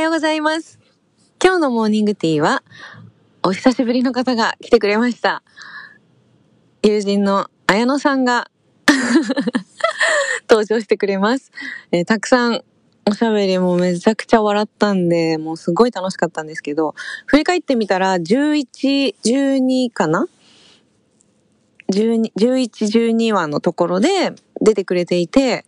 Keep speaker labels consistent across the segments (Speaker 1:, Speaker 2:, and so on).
Speaker 1: ようございます。今日のモーニングティーは、お久しぶりの方が来てくれました。友人の綾乃さんが 登場してくれます、えーたくさんおしゃべりもめちゃくちゃ笑ったんで、もうすごい楽しかったんですけど、振り返ってみたら11、12かな12 ?11、12話のところで出てくれていて、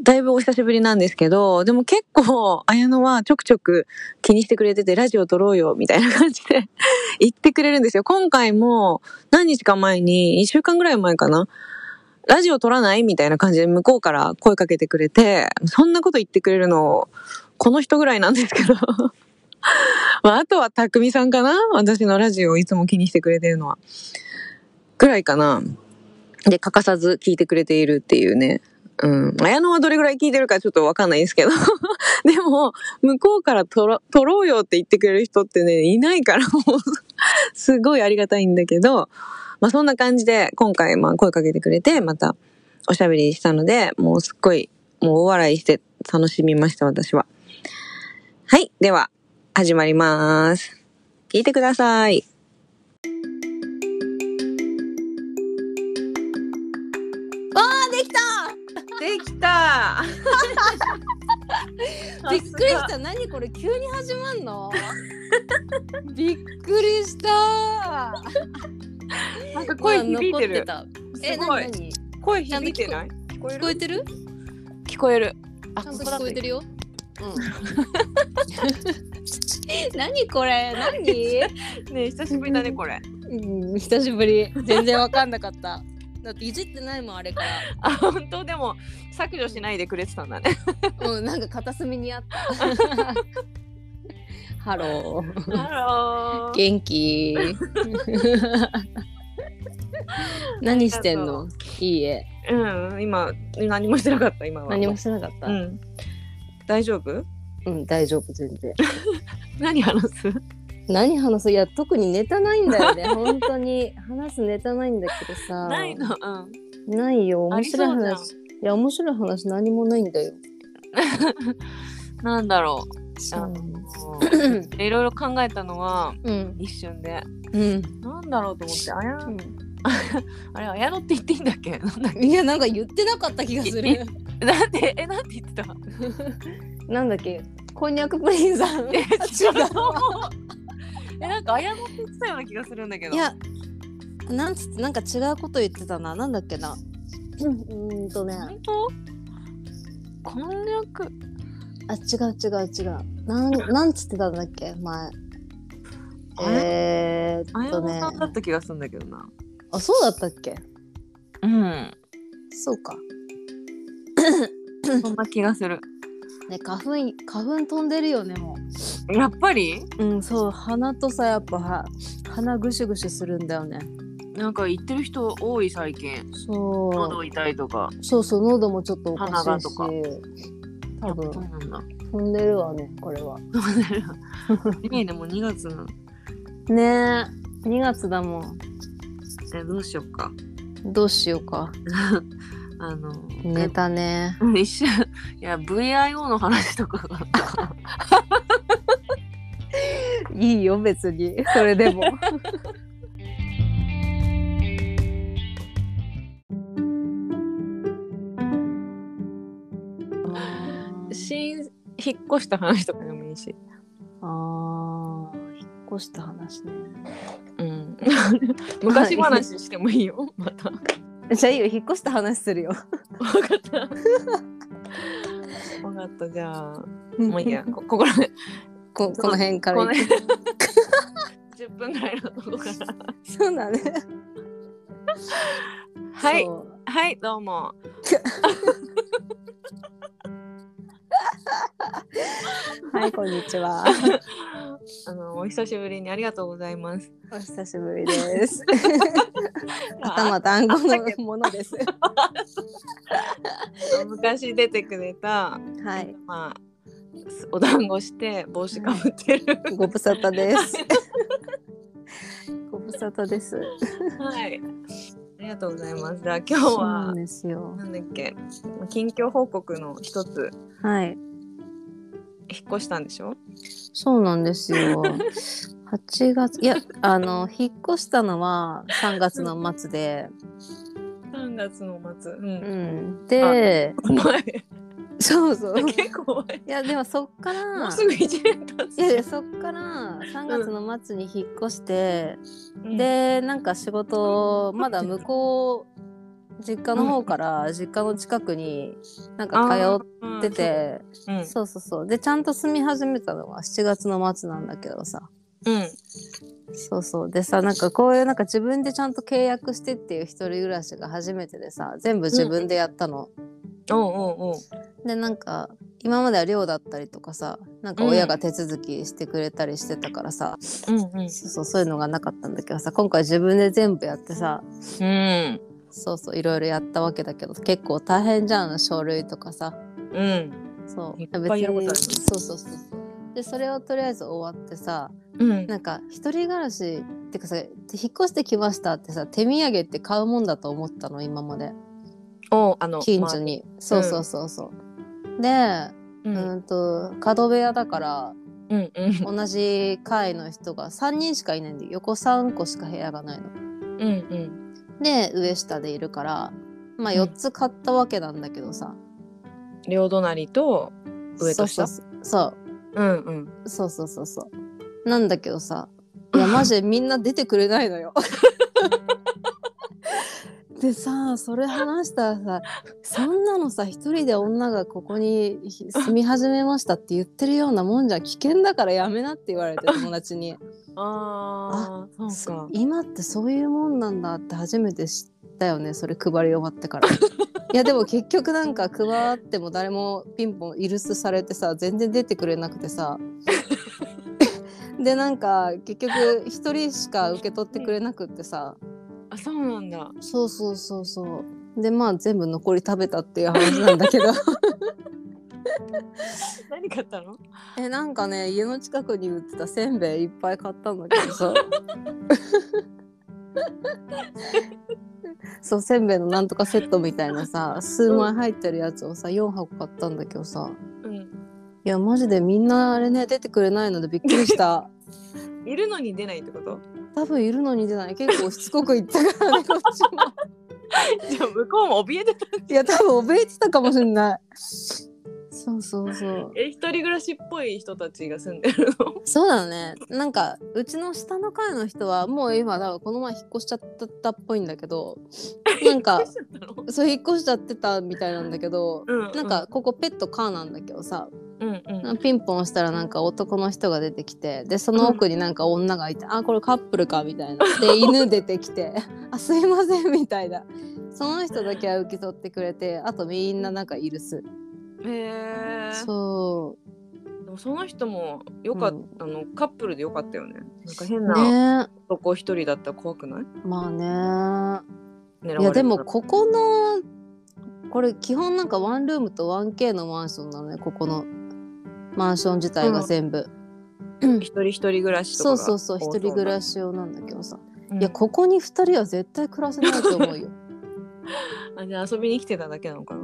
Speaker 1: だいぶお久しぶりなんですけど、でも結構、綾乃はちょくちょく気にしてくれてて、ラジオ撮ろうよ、みたいな感じで 言ってくれるんですよ。今回も、何日か前に、1週間ぐらい前かな。ラジオ撮らないみたいな感じで向こうから声かけてくれて、そんなこと言ってくれるの、この人ぐらいなんですけど。 まあ、あとは、たくみさんかな私のラジオをいつも気にしてくれてるのは。ぐらいかな。で、欠かさず聞いてくれているっていうね。うん。綾乃はどれぐらい聞いてるかちょっとわかんないんですけど。 でも、向こうから撮ろ撮ろうよって言ってくれる人ってね、いないから、もう、すごいありがたいんだけど、まあそんな感じで、今回、まあ声かけてくれて、またおしゃべりしたので、もうすっごい、もう大笑いして楽しみました、私は。はい。では、始まります。聞いてください。
Speaker 2: できた
Speaker 1: できた
Speaker 2: びっくりした何これ急に始まんのびっくり した
Speaker 1: なんか声響いてる。
Speaker 2: まあ残ってたえ
Speaker 1: すごい
Speaker 2: 何何
Speaker 1: 声響いてない聞こ
Speaker 2: 聞こえてる
Speaker 3: 聞こえる。あ、
Speaker 2: ち
Speaker 3: こ
Speaker 2: ゃん
Speaker 3: ことだと
Speaker 2: 聞こえてるよ
Speaker 3: う
Speaker 2: 何これ何、
Speaker 3: ん。ね、久しぶりだね、これ。
Speaker 2: うん、久しぶり全然わかんなかっただっていじってないもんあれか
Speaker 3: あ、本当でも、削除しないでくれてたんだ ね。
Speaker 2: らうんなんか片隅にあった ハロー
Speaker 3: ハロー。
Speaker 2: 元 気何してんのいいえ
Speaker 3: うん、今、何もしてなかった、今は。
Speaker 2: 何もしてなかった、
Speaker 3: うん。大丈夫。
Speaker 2: うん、大丈夫全然
Speaker 3: 何話す。
Speaker 2: 何話すいや特にネタないんだよね 本当に話すネタないんだけどさ
Speaker 3: ないの。うん。
Speaker 2: ないよ面白い
Speaker 3: あり
Speaker 2: 話
Speaker 3: そ
Speaker 2: いや面白い話何もないんだよ、
Speaker 3: なんだ ろう。あ
Speaker 2: うん
Speaker 3: いろいろ考えたのは。
Speaker 2: うん
Speaker 3: 一瞬で。
Speaker 2: うん、
Speaker 3: なんだろうと思って、あや。あれ、あやのって言っていいんだっけ。 なんだっ
Speaker 2: いやなんか言ってなかった気がす
Speaker 3: いい
Speaker 2: る
Speaker 3: け。なんて、え、なんて言 ってた。
Speaker 2: なんだっけこんにゃくプリンさん
Speaker 3: え、
Speaker 2: 違う
Speaker 3: え、なんか、あやのって言ってたような気がするんだけど。
Speaker 2: いやなんつってなんか違うこと言ってたななんだっけなうんうーんとね
Speaker 3: 本当こんにゃく
Speaker 2: あ違う違う違うなんなんつってたんだっけ前
Speaker 3: あれ
Speaker 2: え
Speaker 3: あ
Speaker 2: ーっ
Speaker 3: や
Speaker 2: と
Speaker 3: の
Speaker 2: ね
Speaker 3: さんだった気がするんだけどな
Speaker 2: あそうだったっけ
Speaker 3: うん
Speaker 2: そうか。
Speaker 3: そんな気がする
Speaker 2: ね花粉花粉飛んでるよねも
Speaker 3: やっぱり
Speaker 2: う。うんそう鼻とさやっぱは鼻ぐしゅぐしゅするんだよね。
Speaker 3: なんか言ってる人多い最近
Speaker 2: そ
Speaker 3: 喉痛いとか
Speaker 2: うそうそう喉もちょっとおかしいし。
Speaker 3: 鼻がとか
Speaker 2: 多
Speaker 3: やっぱ
Speaker 2: 分
Speaker 3: そう なんだ
Speaker 2: 飛んでるわねこれは。
Speaker 3: ねえでも2月なん
Speaker 2: ねえ2月だもん。
Speaker 3: でどうしよっか
Speaker 2: どうしようか。
Speaker 3: あの
Speaker 2: ネタね。
Speaker 3: うん一瞬いや VIO の話とかが
Speaker 2: いいよ別にそれでも。
Speaker 3: 新引っ越した話とかでもいいし
Speaker 2: あー引っ越した話ね。
Speaker 3: うん 昔話してもいい よまた
Speaker 2: じゃあいいよ引っ越した話するよ。
Speaker 3: 分かった。分かった、じゃあ、もういいや、こ ここら辺、
Speaker 2: ここの辺から
Speaker 3: この
Speaker 2: 行く
Speaker 3: 辺 10分ぐらいのとこから。
Speaker 2: そうだね。
Speaker 3: はい
Speaker 2: そ、う。
Speaker 3: はい、どうも。
Speaker 2: はい、こんにち は。
Speaker 3: あの、お久しぶりにありがとうございます。
Speaker 2: お久しぶり です。
Speaker 3: あ
Speaker 2: 頭団子のものです。
Speaker 3: 昔出てくれた、
Speaker 2: はい、
Speaker 3: まあ、すお団子して帽子かぶってる。
Speaker 2: ご無沙汰です。 ご無沙汰です。
Speaker 3: はい。ありがとうございます。じゃあ、今日
Speaker 2: そうな
Speaker 3: は
Speaker 2: ん、ですよ
Speaker 3: な。んだっけ、近況報告の一つ。
Speaker 2: はい。
Speaker 1: 引っ越したんでしょ
Speaker 2: そうなんですよ。8月、いや、あの、引っ越したのは3月の末で、
Speaker 1: ?3 月の末。う。
Speaker 2: うんん。で、
Speaker 1: 前、
Speaker 2: そうそう。い
Speaker 1: 結構前。
Speaker 2: や、でもそっから、
Speaker 1: もうすぐ1年経つ
Speaker 2: いやいやそっから3月の末に引っ越して、
Speaker 1: うん、
Speaker 2: でなんか仕事まだ向こう実家の方から実家の近くになんか通ってて、
Speaker 1: あー。
Speaker 2: そうそうそうでちゃんと住み始めたのは7月の末なんだけどさ
Speaker 1: うん。うん。
Speaker 2: そうそうでさなんかこういうなんか自分でちゃんと契約してっていう一人暮らしが初めてでさ全部自分でやったの。
Speaker 1: おうおうおう。
Speaker 2: でなんか今までは寮だったりとかさなんか親が手続きしてくれたりしてたからさ、
Speaker 1: うんうん。
Speaker 2: そうそうそういうのがなかったんだけどさ今回自分で全部やってさ
Speaker 1: うん。
Speaker 2: そうそういろいろやったわけだけど結構大変じゃん書類とかさ
Speaker 1: うん。
Speaker 2: そう
Speaker 1: いっぱいやることある
Speaker 2: 別にそうそうそうそうでそれをとりあえず終わってさ
Speaker 1: うん。
Speaker 2: なんか一人暮らしってかさ引っ越してきましたってさ手土産って買うもんだと思ったの今まで
Speaker 1: おうあの、
Speaker 2: 近所に、そうそうそうそう、で
Speaker 1: まあ。う。
Speaker 2: うんんと角部屋だから
Speaker 1: うんうん。
Speaker 2: 同じ階の人が3人しかいないんで横3個しか部屋がない
Speaker 1: う
Speaker 2: の。
Speaker 1: ん
Speaker 2: で上下でいるからまあ
Speaker 1: うん
Speaker 2: 4つ買ったわけなんだけどさ、
Speaker 1: うん。両隣と上と下。
Speaker 2: そうそ
Speaker 1: う
Speaker 2: う
Speaker 1: んうん。
Speaker 2: そうそうそうそうそうなんだけどさいやマジでみんな出てくれないのよ。 でさそれ話したらさそんなのさ一人で女がここにひ住み始めましたって言ってるようなもんじゃ危険だからやめなって言われて友達に。
Speaker 1: ああ、そうか。
Speaker 2: 今ってそういうもんなんだって初めて知ったよねそれ配り終わってからいやでも結局なんか配っても誰もピンポンイルスされてさ全然出てくれなくてさでなんか結局一人しか受け取ってくれなくってさ
Speaker 1: あ、そうなんだ。
Speaker 2: そうそうそうそうでまあ全部残り食べたっていう話なんだけど
Speaker 1: 何買ったの
Speaker 2: えなんかね家の近くに売ってたせんべいいっぱい買ったんだけどさそうせんべいのなんとかセットみたいなさ数枚入ってるやつをさ4箱買ったんだけどさ
Speaker 1: うん。
Speaker 2: いやマジでみんなあれね出てくれないのでびっくりした
Speaker 1: いるのに出ないってこと
Speaker 2: 多分いるのに出ない結構しつこく言ったからねこっちも
Speaker 1: じゃあ向こうも怯えてた。
Speaker 2: いや多分怯えてたかもしんないそうそうそう
Speaker 1: え、一人暮らしっぽい人たちが住んでるの
Speaker 2: そうだねなんかうちの下の階の人はもう今だからこの前引っ越しちゃったっぽいんだ けどなんかそう引っ越しちゃってたみたいなんだけど、
Speaker 1: うん
Speaker 2: なんかここペットカーなんだけどさ、
Speaker 1: うんうん。
Speaker 2: ピンポン押したらなんか男の人が出てきてでその奥になんか女がいて、あこれカップルかみたいなで犬出て きてあすいませんみたいなその人だけは受け取ってくれてあとみんななんかいるす、
Speaker 1: へえ。
Speaker 2: そ
Speaker 1: でもその人もよかった、あのカップルでよかったよね。なんか変
Speaker 2: う
Speaker 1: な
Speaker 2: ね
Speaker 1: 男一人だったら怖くない？
Speaker 2: まあね
Speaker 1: 狙われる
Speaker 2: いやでもここのこれ基本なんかワンルームと 1K のマンションなのねここのマンション自体が全部、
Speaker 1: 一人一人暮らしとか
Speaker 2: そ
Speaker 1: が
Speaker 2: うそうそう
Speaker 1: 多
Speaker 2: 一人暮ら
Speaker 1: し、
Speaker 2: し用なんだけどさ、
Speaker 1: うん
Speaker 2: いやここに2人は絶対暮らせないと思うよ
Speaker 1: あじゃあ遊びに来てただけなのかな。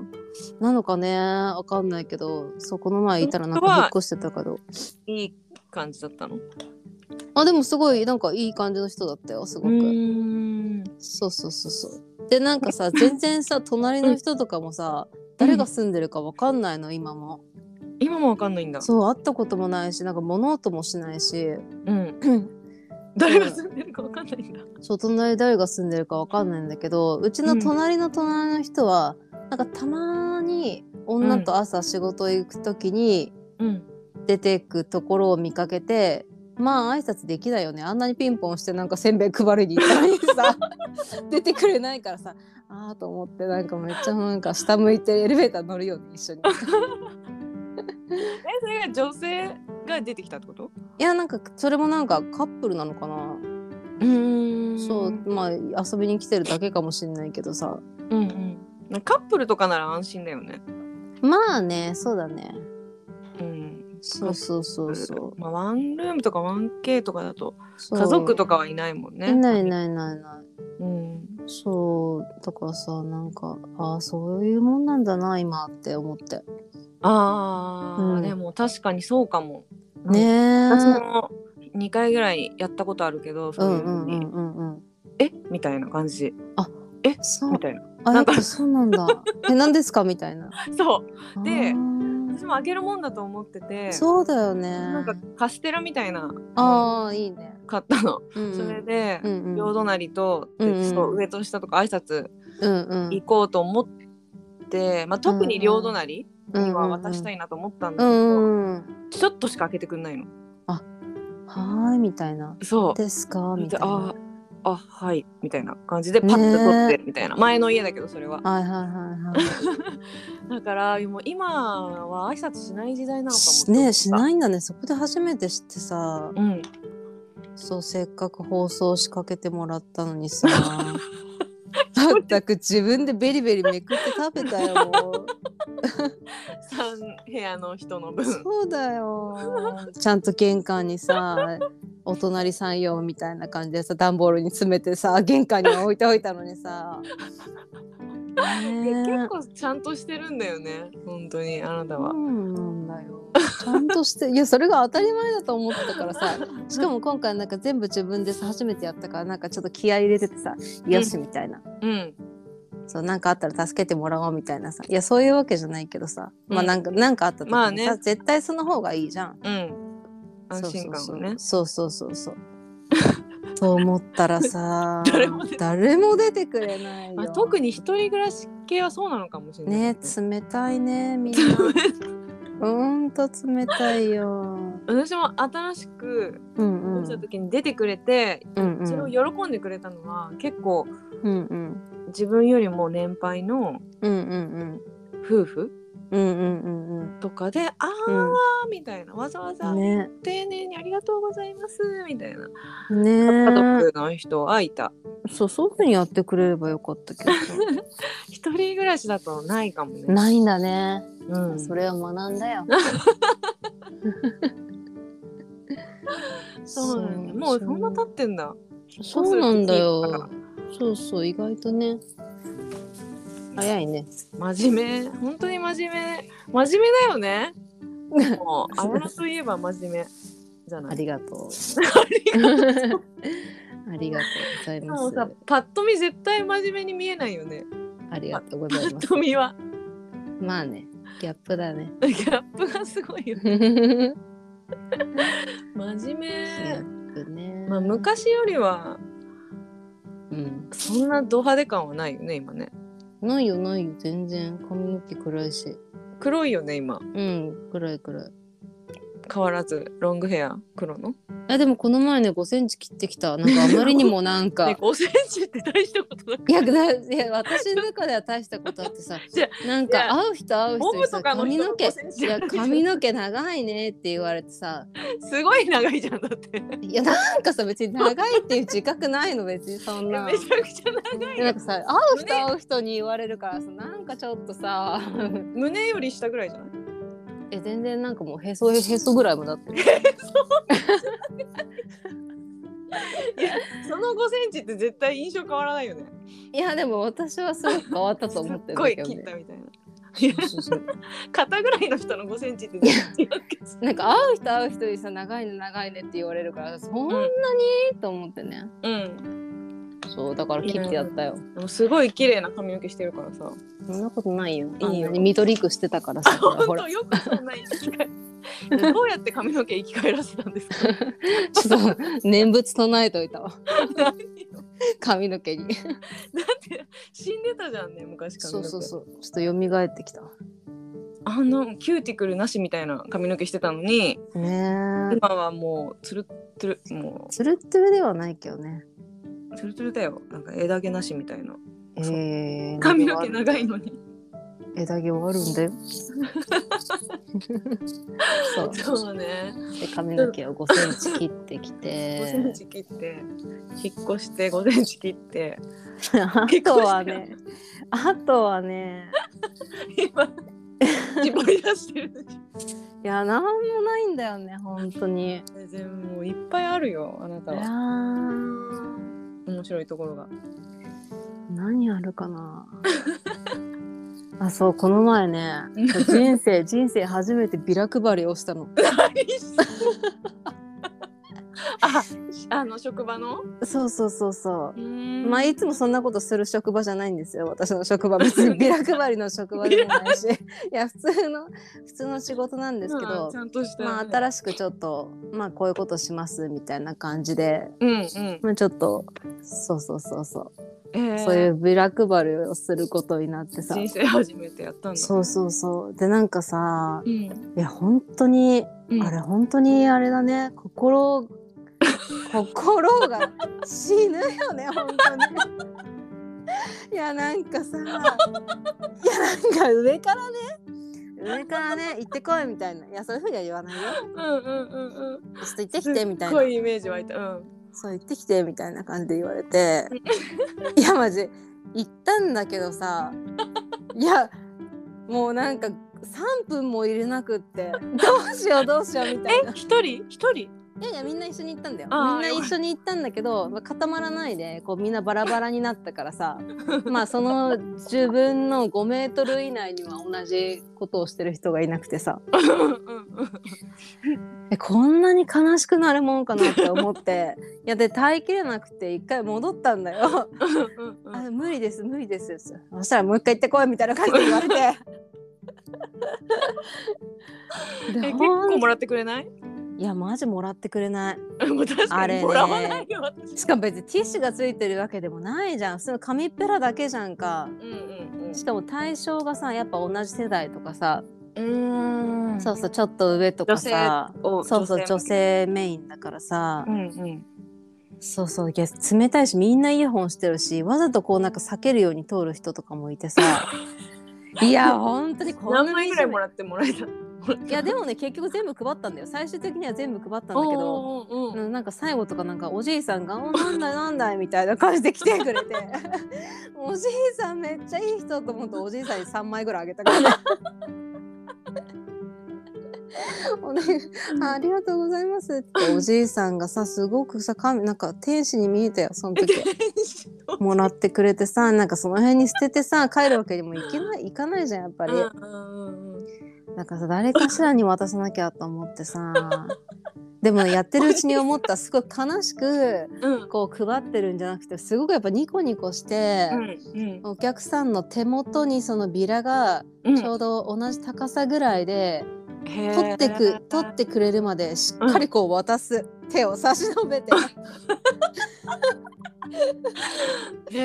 Speaker 2: なのかねわかんないけどそうこの前いたらなんか
Speaker 1: 本当は
Speaker 2: 引っ越してたけど
Speaker 1: いい感じだったの。
Speaker 2: あでもすごいなんかいい感じの人だったよすごく、
Speaker 1: ん。
Speaker 2: そうそうそうそうでなんかさ全 然さ隣の人とかもさ誰が住んでるかわかんないの今も
Speaker 1: 今もわかんないんだ。
Speaker 2: そう会ったこともないしなんか物音もしないし
Speaker 1: うん。誰が住んでるかわかんないんだ。
Speaker 2: そう隣誰が住んでるかわかんないんだけどうちの隣の隣の人は、なんかたまに女と朝仕事行く時に
Speaker 1: うん。
Speaker 2: 出てくところを見かけて、まあ挨拶できないよねあんなにピンポンしてなんかせんべい配りに行ったのにさ 出てくれないからさああと思ってなんかめっちゃなんか下向いてエレベーター乗るよね一 緒に。
Speaker 1: えそれが女性が出てきたってこと？
Speaker 2: いやなんかそれもなんかカップルなのかな、
Speaker 1: うん
Speaker 2: そうまあ遊びに来てるだけかもしれないけどさ
Speaker 1: うんうん。カップルとかなら安心だよね。
Speaker 2: まあねそうだね
Speaker 1: うん。
Speaker 2: そうそうそうそう。
Speaker 1: まあワンルームとか 1K とかだと
Speaker 2: そう
Speaker 1: 家族とかはいないもんね。
Speaker 2: いないいないいないいな
Speaker 1: うん。
Speaker 2: い。そうだからさなんかああそういうもんなんだな今って思って。
Speaker 1: あー、
Speaker 2: うん
Speaker 1: でも確かにそうかも。
Speaker 2: ねえ。
Speaker 1: 私も2回ぐらいやったことあるけど、
Speaker 2: う
Speaker 1: そうい
Speaker 2: ん
Speaker 1: う
Speaker 2: う
Speaker 1: の
Speaker 2: んう
Speaker 1: に、
Speaker 2: んうんうん。
Speaker 1: えみたいな感じ
Speaker 2: そう
Speaker 1: み。たいな。
Speaker 2: あ、
Speaker 1: な
Speaker 2: や
Speaker 1: ん
Speaker 2: っ
Speaker 1: か
Speaker 2: ぱそうな んだ。え、何ですかみたいな。
Speaker 1: そう で
Speaker 2: あー
Speaker 1: 私も開けるもんだと思ってて
Speaker 2: そうだよね。
Speaker 1: なんかカステラみたいな
Speaker 2: ああ、いいね。
Speaker 1: 買ったの。
Speaker 2: うんうん
Speaker 1: それで、
Speaker 2: うんうん
Speaker 1: 両隣と、で
Speaker 2: うんうん
Speaker 1: そう上と下とか挨拶
Speaker 2: うんうん
Speaker 1: 行こうと思って、まあ、特に両隣
Speaker 2: うんうん
Speaker 1: には渡したいなと思ったんだ
Speaker 2: う
Speaker 1: けど、
Speaker 2: んうん。
Speaker 1: ちょっとしか開けてくんないの。
Speaker 2: はーいみたいな。
Speaker 1: そう
Speaker 2: ですかみたいな。
Speaker 1: ああはいみたいな感じでパッと取ってみたいな、前の家だけどそれは
Speaker 2: はいはいはいは
Speaker 1: だからもう今は挨拶しない時代なのかもって思
Speaker 2: い。
Speaker 1: った
Speaker 2: ねえしないんだね。そこで初めて知ってさ、
Speaker 1: うん
Speaker 2: そうせっかく放送仕掛けてもらったのに さ。全く自分でベリベリめくって食べたよも
Speaker 1: 3部屋の人の
Speaker 2: う
Speaker 1: 分
Speaker 2: そうだよちゃんと玄関にさお隣さん用みたいな感じでさ段ボールに詰めてさ玄関に置いておいたのにさ、ねえ
Speaker 1: 結構ちゃんとしてるんだよね本当にあなたは
Speaker 2: そ。うなんだよ。ちゃんとして、いや、それが当たり前だと思ってたからさ。しかも今回なんか全部自分でさ、初めてやったから、なんかちょっと気合い入れててさ、よしみたいな。
Speaker 1: うん
Speaker 2: そう、なんかあったら助けてもらおうみたいなさ。いや、そういうわけじゃないけどさ。まあ、
Speaker 1: うん
Speaker 2: なんか、なんかあった時にさ、
Speaker 1: まあね
Speaker 2: 絶対その方がいいじゃん。
Speaker 1: うん安心感をね
Speaker 2: そうそうそうそうそう。 と思ったらさ
Speaker 1: 誰も出て
Speaker 2: 誰も出てくれないよ、
Speaker 1: まあ、特に一人暮らし系はそうなのかもしれない
Speaker 2: ね冷たいねみんなうーんと冷たいよ
Speaker 1: 私も新しく
Speaker 2: うんうん
Speaker 1: 来た時に出てくれて、
Speaker 2: うんう
Speaker 1: それを
Speaker 2: ん
Speaker 1: 喜んでくれたのは結構
Speaker 2: うんうん
Speaker 1: 自分よりも年配の
Speaker 2: うんうん
Speaker 1: 夫婦
Speaker 2: うんうんうん
Speaker 1: とかで「あ
Speaker 2: う
Speaker 1: ー
Speaker 2: ん
Speaker 1: みたいなわざわ
Speaker 2: う
Speaker 1: ざ
Speaker 2: んね
Speaker 1: 丁寧にありがとうございますみたいな家
Speaker 2: ね
Speaker 1: 族の人はいた
Speaker 2: そうそういうふうにやってくれればよかった けど
Speaker 1: 一人暮らしだとないかもね
Speaker 2: ないんだね、
Speaker 1: うん、
Speaker 2: それを学んだよ
Speaker 1: そうなんだもうそんな経ってんだ
Speaker 2: そうなんだ
Speaker 1: 引っ越
Speaker 2: よ
Speaker 1: す時
Speaker 2: そうそう意外とね早いね
Speaker 1: から真面目本当に真面目真面目だよねもうあやなといえば真面目じゃない
Speaker 2: ありがとう ありがとうございま
Speaker 1: もう
Speaker 2: す
Speaker 1: さパッと見絶対真面目に見えないよね
Speaker 2: ありがとうござい
Speaker 1: パ
Speaker 2: ま
Speaker 1: ッ
Speaker 2: す
Speaker 1: と見は
Speaker 2: まあねギャップだね
Speaker 1: ギャップがすごいよね真面
Speaker 2: や
Speaker 1: 目
Speaker 2: っぱね。
Speaker 1: まあ昔よりは
Speaker 2: うん。
Speaker 1: そんなド派手感はないよね今ね
Speaker 2: ないよないよ全然髪の毛暗いし。
Speaker 1: 黒いよね今
Speaker 2: うん暗い暗い。
Speaker 1: 変わらずロングヘア黒の
Speaker 2: あでもこの前ね5センチ切ってきた。なんかあまりにもなんか。
Speaker 1: ね5センチって大したことだ
Speaker 2: いやないや私の中では大したことあって さ
Speaker 1: じゃ
Speaker 2: なん
Speaker 1: いや
Speaker 2: か会う人会う人
Speaker 1: ボブと
Speaker 2: さ
Speaker 1: かの
Speaker 2: 髪
Speaker 1: 人
Speaker 2: の
Speaker 1: の5
Speaker 2: 毛
Speaker 1: センチ
Speaker 2: いや髪の毛長いねって言われてさ
Speaker 1: すごい長いじゃんだって
Speaker 2: いやなんかさ別に長いっていう自覚ないの別にそんな
Speaker 1: めちゃくちゃ長い
Speaker 2: で
Speaker 1: よ
Speaker 2: なんかさ会う人会う人に言われるからさなんかちょっとさ
Speaker 1: 胸より下ぐらいじゃない
Speaker 2: え全然なんかもうへそへそぐらいもだって
Speaker 1: その5センチって絶対印象変わらないよね
Speaker 2: いやでも私はすごく変わったと思っ
Speaker 1: すっ
Speaker 2: てるん
Speaker 1: ご
Speaker 2: だ
Speaker 1: い
Speaker 2: けど、
Speaker 1: 切っ
Speaker 2: ね
Speaker 1: た、みたいな
Speaker 2: そうそうそう
Speaker 1: 肩ぐらいの人の5センチって全然違うけど
Speaker 2: なんか会う人会う人にさ長いね長いねって言われるからそんなに、と思ってね
Speaker 1: うん
Speaker 2: そうだから切ってやったよ
Speaker 1: でもすごい綺麗な髪の毛してるからさ
Speaker 2: そんなことないよ
Speaker 1: いいよ
Speaker 2: あんなに緑くしてたからさほらほ
Speaker 1: 本
Speaker 2: ら
Speaker 1: 当よくそんな生き返るどうやって髪の毛生き返らせたんです か
Speaker 2: ちょっと念仏唱えといたわ
Speaker 1: 何よ
Speaker 2: 髪の毛に
Speaker 1: だって死んでたじゃんね昔髪
Speaker 2: そ
Speaker 1: の
Speaker 2: う
Speaker 1: 毛
Speaker 2: そうそうちょっとよみがえってきた
Speaker 1: あのキューティクルなしみたいな髪の毛してたのに
Speaker 2: ねえ
Speaker 1: 今はもうつるっつるも
Speaker 2: つるってるではないけどね
Speaker 1: うつるつるだよなんか枝毛なしみたいな
Speaker 2: えー
Speaker 1: 髪の毛長いのに
Speaker 2: 枝毛はあるんだよそう
Speaker 1: そうね
Speaker 2: で髪の毛を5センチ切ってきて
Speaker 1: 5センチ切って引っ越して5センチ切って
Speaker 2: あとはねあとはね
Speaker 1: 今絞り出してるでし
Speaker 2: いやなんもないんだよね本当にい
Speaker 1: ょ全然もういっぱいあるよあなた
Speaker 2: や
Speaker 1: は
Speaker 2: ー
Speaker 1: 面白いところが
Speaker 2: 何あるかなあそうこの前ね人 生人生初めてビラ配りをしたの
Speaker 1: あ、あの職場の。
Speaker 2: そうそうそうそうま
Speaker 1: ま
Speaker 2: あいつもそんなことする職場じゃないんですよ私の職場別にビラ配りの職場でもないしいや普通の普通の仕事なんですけど
Speaker 1: ち、ゃんとした。
Speaker 2: まあ新しくちょっとまあこういうことしますみたいな感じで、
Speaker 1: うんうん。
Speaker 2: まあ、ちょっとそうそうそうそう、
Speaker 1: えー
Speaker 2: そういうビラ配りをすることになってさ
Speaker 1: 人生初めてやったんだ。
Speaker 2: そうそうそうでなんかさ
Speaker 1: うん。
Speaker 2: いや本当に
Speaker 1: うん
Speaker 2: あれ本当にあれだね 心心が死ぬよね本当に。いやなんかさいやなんか上からね上からね行ってこいみたいないやそういうふうには言わないよ
Speaker 1: うんうんうんうん。
Speaker 2: ちょっと行ってきてみたい
Speaker 1: すっご
Speaker 2: ない
Speaker 1: イメージ湧いた。 うん。
Speaker 2: そう行ってきてみたいな感じで言わ れていやマジ行ったんだけどさいやもうなんか3分も入れなくってどうしようどうしようみたいな。
Speaker 1: 一人一人。
Speaker 2: いやいやみんな一緒に行ったんだよみ
Speaker 1: あー
Speaker 2: んな一緒に行ったんだけど、まあ、固まらないでこうみんなバラバラになったか らさまあその自分の5メートル以内には同じことをしてる人がいなくてさ
Speaker 1: うんうん
Speaker 2: えこんなに悲しくなるもんかなって思って いやで耐えきれなくて一回戻ったんだよ
Speaker 1: うんうん。
Speaker 2: あ無理です無理ですそしたらもう一回行ってこいみたいな感じで言われて で
Speaker 1: え結
Speaker 2: ほん
Speaker 1: 構もらってくれない？
Speaker 2: いやマジもらってくれない
Speaker 1: もう確か
Speaker 2: あれ
Speaker 1: に
Speaker 2: ね
Speaker 1: もらわないよ私。
Speaker 2: しかも別にティッシュがついてるわけでもないじゃん普通の紙っぺらだけじゃんか
Speaker 1: うんうんうん。
Speaker 2: しかも対象がさやっぱ同じ世代とかさ、
Speaker 1: うん
Speaker 2: そうそうちょっと上とかさ
Speaker 1: お
Speaker 2: そうそう女。性メインだからさ、
Speaker 1: うんうん。
Speaker 2: そうそういや冷たいしみんなイヤホンしてるしわざとこうなんか避けるように通る人とかもいて さいや本当にこんな
Speaker 1: 何枚ぐらいもらってもらえた？
Speaker 2: いやでもね結局全部配ったんだよ最終的には全部配ったんだけど
Speaker 1: おーうんうん。
Speaker 2: うんなんか最後とかなんかおじいさんが「おなんだいなんだい」みたいな感じで来てくれ ておじいさんめっちゃいい人と思っておじいさんに3枚ぐらいあげたから ねおねあありがとうございますっておじいさんがさすごくさ神なんか天使に見えたよその 時もらってくれてさなんかその辺に捨ててさ帰るわけにもいけないいかないじゃんやっぱり。
Speaker 1: うんうん
Speaker 2: なんかさ誰かしらに渡さなきゃと思ってさでもやってるうちに思ったすごい悲しく
Speaker 1: うん。うん
Speaker 2: こう配ってるんじゃなくてすごくやっぱニコニコして、
Speaker 1: うん
Speaker 2: お客さんの手元にそのビラが
Speaker 1: うん。
Speaker 2: ちょうど同じ高さぐらいで、取
Speaker 1: 取
Speaker 2: ってく取ってくれるまでしっかりこう渡す、手を差し伸べて
Speaker 1: へ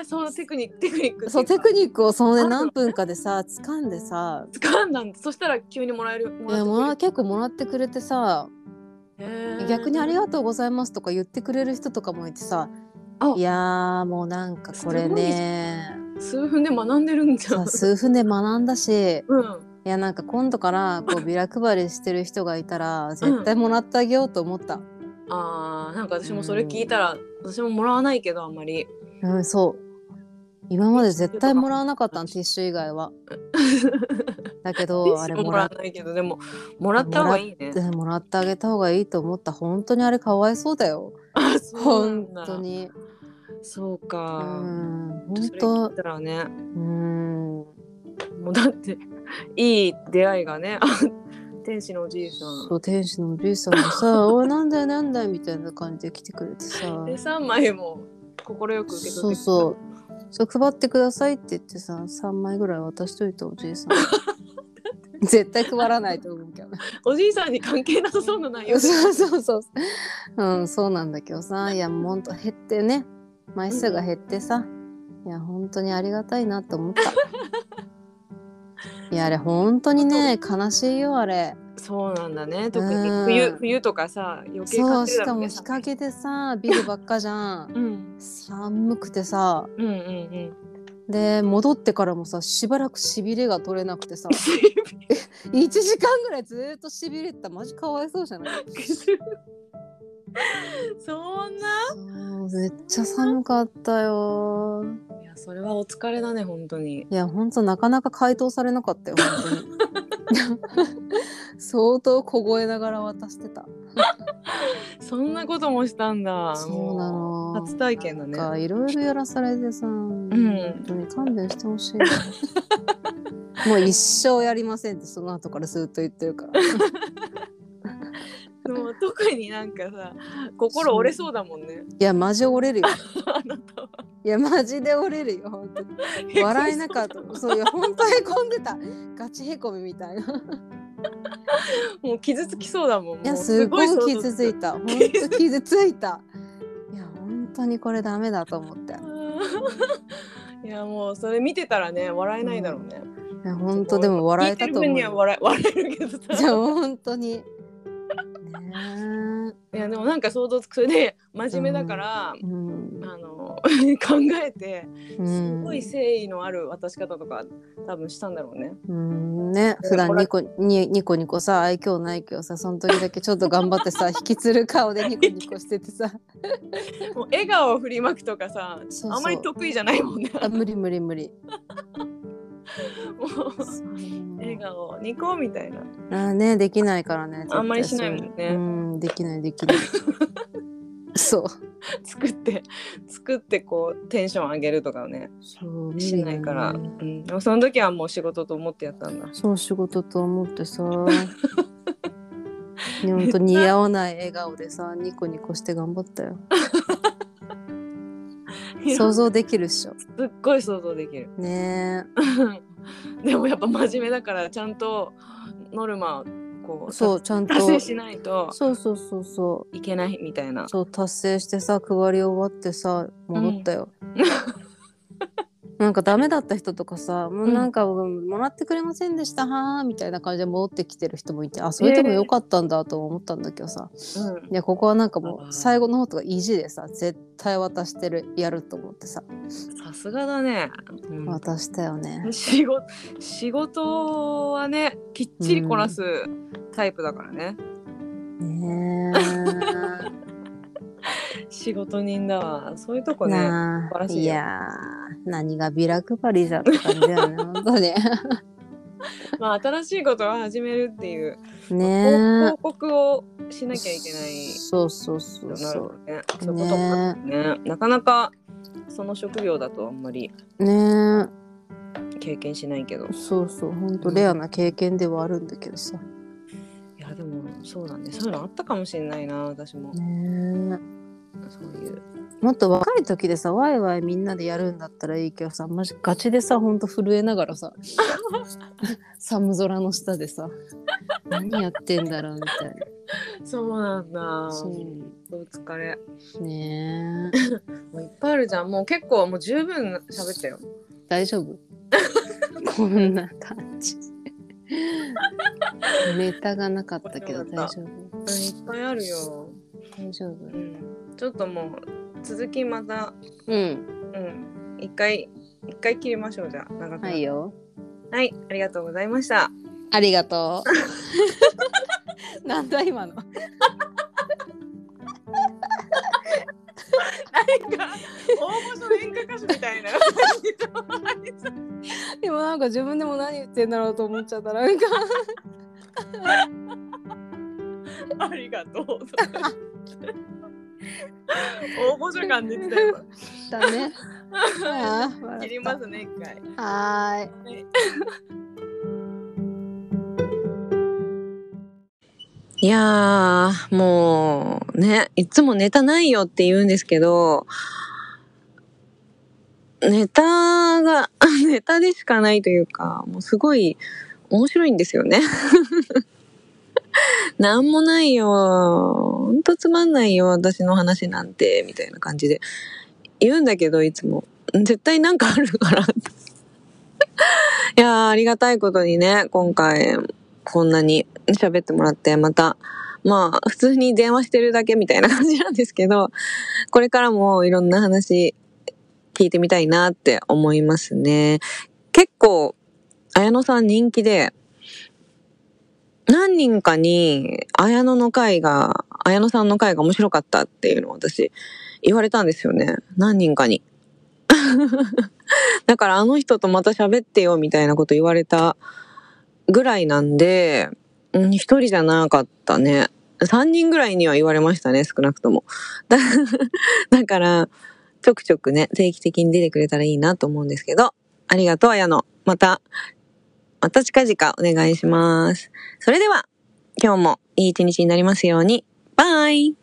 Speaker 1: えそうテクニックテクニック
Speaker 2: そうテク
Speaker 1: ニ
Speaker 2: ニックをその
Speaker 1: あ
Speaker 2: ね
Speaker 1: る
Speaker 2: 何分かでさ掴んでさ
Speaker 1: ック掴んだんだそしたら急にもらえるも
Speaker 2: いやも
Speaker 1: ら
Speaker 2: ら
Speaker 1: って
Speaker 2: 結構もらってくれてさ
Speaker 1: くれる
Speaker 2: 逆に「あり
Speaker 1: が
Speaker 2: がとうございます」とか言ってくれる人とかもいてさ
Speaker 1: あ
Speaker 2: いやーもうなんかこれね
Speaker 1: 数分で学んでるんじゃ
Speaker 2: さ
Speaker 1: ん
Speaker 2: 数分で学んだし
Speaker 1: うん
Speaker 2: いやなんか今度からこう ビラ配りしてる人がいたら絶対もらってあげようと思った、
Speaker 1: あーなんか私もそれ聞いたら私ももらわないけどあんまり
Speaker 2: うんそう今まで絶対もらわなかったのティッシュ以外はだけ どあれ
Speaker 1: も
Speaker 2: も
Speaker 1: ら
Speaker 2: ら
Speaker 1: わ
Speaker 2: っ
Speaker 1: ないけどでももらった方がいいね
Speaker 2: てもらってあげた方がいいと思った本当にあれかわいそうだよ
Speaker 1: あそうなん
Speaker 2: 本
Speaker 1: だ
Speaker 2: 当に
Speaker 1: そう
Speaker 2: う
Speaker 1: か
Speaker 2: ん
Speaker 1: そ
Speaker 2: 本
Speaker 1: れ聞
Speaker 2: 当
Speaker 1: いたらね
Speaker 2: うん
Speaker 1: もうだっていい出会いがねあ 天使のおじいさん
Speaker 2: そう天使のおじいさんが さ「おいなんだよなんだよ」みたいな感じで来てくれてさ
Speaker 1: で3枚も快く受け取って
Speaker 2: そうそうそう配ってくださいって言ってさ3枚ぐらい渡しといたおじいさん絶対配らないと思うけどね
Speaker 1: おじいさんに関係なさそうな内容
Speaker 2: そうそうそううんそうなんだけどさいやもうほんと減ってね枚数が減ってさいや本当にありがたいなと思ったいやあれ本当にね悲しいよあれ
Speaker 1: そうなんだね特
Speaker 2: う
Speaker 1: に
Speaker 2: ん
Speaker 1: 冬冬とかさ余計
Speaker 2: そ
Speaker 1: 感
Speaker 2: う
Speaker 1: じる
Speaker 2: し
Speaker 1: だ
Speaker 2: か
Speaker 1: ろう
Speaker 2: も
Speaker 1: ね
Speaker 2: 日陰でさビルばっかじゃん
Speaker 1: うん
Speaker 2: 寒くてさ
Speaker 1: うんうんう ん
Speaker 2: で戻ってからもさしばらくしびれが取れなくてさ1時間ぐらいずーっとしびれてたマジかわいそうじゃない
Speaker 1: そんな
Speaker 2: そうめっちゃ寒かったよ
Speaker 1: いやそれはお疲れだね本当に
Speaker 2: いやほんとなかなか解凍されなかったよ本当に 相当凍えながら渡してた
Speaker 1: そんなこともしたんだ
Speaker 2: そうな
Speaker 1: もう
Speaker 2: の
Speaker 1: 初体験だ
Speaker 2: なんか
Speaker 1: ね
Speaker 2: いろいろやらされてさ、うん
Speaker 4: うん
Speaker 2: 本当に勘弁してほしいなもう一生やりませんってその後からずっと言ってるから
Speaker 1: でも特になんかさ心折れそうだもんね
Speaker 2: いやマジ折れるよ
Speaker 1: あなたはい
Speaker 2: やマジで折れるよ本当に笑えなかったそういや本当へこんでたガチへこみみたいな
Speaker 1: もう傷つきそうだもん
Speaker 2: いや
Speaker 1: もう
Speaker 2: すごい
Speaker 1: 想像
Speaker 2: 傷ついた本当傷ついたいや本当にこれダメだと思ってい
Speaker 1: うん いやもうそれ見てたらね笑えないだろうね、
Speaker 2: や本当でも笑えたと
Speaker 1: 聞いてる分
Speaker 2: 思う
Speaker 1: には
Speaker 2: よ
Speaker 1: 笑え 笑えるけど
Speaker 2: じゃあ
Speaker 1: さ
Speaker 2: 本当にね
Speaker 1: いやでもなんか想像つくで真面目だから、
Speaker 2: えうん
Speaker 1: あの 考えてすごい誠意のある渡し方とか多分したんだろうね。
Speaker 2: うんね普段ニコにニコニコさ愛嬌ないけどさその時だけちょっと頑張ってさ引きつる顔でニコニコしててさ
Speaker 1: もう笑顔を振りまくとかさ
Speaker 2: そうそう
Speaker 1: あんまり得意じゃないもんね。
Speaker 2: あ無理無理無理
Speaker 1: もう笑顔ニコみたいな。
Speaker 2: あねできないからね
Speaker 1: あんまりしないもんね
Speaker 2: 絶対そううんできない できないそう
Speaker 1: 作って作ってこうテンション上げるとかをね
Speaker 2: そう無理
Speaker 1: しないから、
Speaker 2: だ
Speaker 1: う
Speaker 2: よね
Speaker 1: ん、でもその時はもう仕事と思ってやったんだ。
Speaker 2: そう仕事と思っ てさねほんと似合わない笑顔でさニコニコして頑張ったよ想像できるっしょ
Speaker 1: すっごい想像できる。
Speaker 2: ね
Speaker 1: でもやっぱ真面目だからちゃんとノルマをこ
Speaker 2: え
Speaker 1: う
Speaker 2: そうちゃんと
Speaker 1: 達成しないと
Speaker 2: そうそうそうそ
Speaker 1: いけないみたいな
Speaker 2: う。そう達成してさ配り終わってさ戻ったよ、なんかダメだった人とかさもうなんか、もらってくれませんでしたはーみたいな感じで戻ってきてる人もいてあそれでもよかったんだと思ったんだけどさ、
Speaker 1: うん
Speaker 2: いやここはなんかも
Speaker 1: あー
Speaker 2: う最後の方とか意地でさ絶対渡してるやると思ってさ
Speaker 1: さすがだね、うん
Speaker 2: 渡したよね
Speaker 1: 仕事仕事はねきっちりこなすタイプだからね、
Speaker 2: ね
Speaker 1: 仕事人だわそういうと こ
Speaker 2: え
Speaker 1: ね
Speaker 2: な
Speaker 1: 素晴ら
Speaker 2: あ
Speaker 1: しいよ
Speaker 2: いやー何がビラ配りじゃって感じだよ ね本当に
Speaker 1: まあ新しいことを始めるっていう
Speaker 2: ねえ
Speaker 1: 報告をしなきゃいけない
Speaker 2: そうそうそ
Speaker 1: とな
Speaker 2: う
Speaker 1: る
Speaker 2: そ
Speaker 1: よ
Speaker 2: う
Speaker 1: ねそういうこともあるねなかなかその職業だとあんまり
Speaker 2: ね
Speaker 1: 経験しないけど
Speaker 2: えそうそう本当レアな経験ではあるんだけどさ
Speaker 1: いやでもそうだねそういうのあったかもしれないな私も
Speaker 2: ねえ
Speaker 1: そういう
Speaker 2: もっと若い時でさワイワイみんなでやるんだったらいいけどさマジガチでさほんと震えな がらさ寒空の下でさ何やってんだろうみたい
Speaker 1: そうなんだ
Speaker 2: な
Speaker 1: そ
Speaker 2: そう
Speaker 1: 疲れ
Speaker 2: うねえ
Speaker 1: もういっぱいあるじゃんもう結構もう十分喋ったよ
Speaker 2: 大丈 夫こんな感じネタがなかったけど大丈夫
Speaker 1: うんいっぱいあるよ、
Speaker 2: 大丈夫
Speaker 1: うん、ちょっともう続きまた
Speaker 2: うん
Speaker 1: うん一回一回切りましょうじゃあ長くな
Speaker 2: はいよ
Speaker 1: はいありがとうございました
Speaker 2: ありがと うなんだ今の
Speaker 1: なんか大御所演歌歌手み たいな
Speaker 2: でもなんか自分でも何言ってんだろうと思っちゃったらなんか
Speaker 1: ありが とう大御所感出てたよ
Speaker 2: だね。 ああ
Speaker 1: 切りますね一回
Speaker 2: はーい。
Speaker 4: いやー、もう、ね、いつもネタないよって言うんですけど、ネタが、 ネタでしかないというか、もうすごい面白いんですよね。 なんもないよ、ほんとつまんないよ、私の話なんて、みたいな感じで言うんだけど、いつも。絶対なんかあるから。 いやー、ありがたいことにね、今回、こんなに喋ってもらって、また、まあ、普通に電話してるだけみたいな感じなんですけど、これからもいろんな話聞いてみたいなって思いますね。結構、綾野さん人気で、何人かに、綾野の回が、綾野さんの回が面白かったっていうのを私、言われたんですよね。何人かに。 だからあの人とまた喋ってよみたいなこと言われたぐらいなんで、うん、一人じゃなかった ね。三人ぐらいには言われましたね、少なくとも。だだから、
Speaker 1: ちょくちょくね、定期的に出てくれたらいいなと思うんですけど、ありがとう、あやの。また、また近々お願いします。それでは、今日もいい一日になりますように。バイ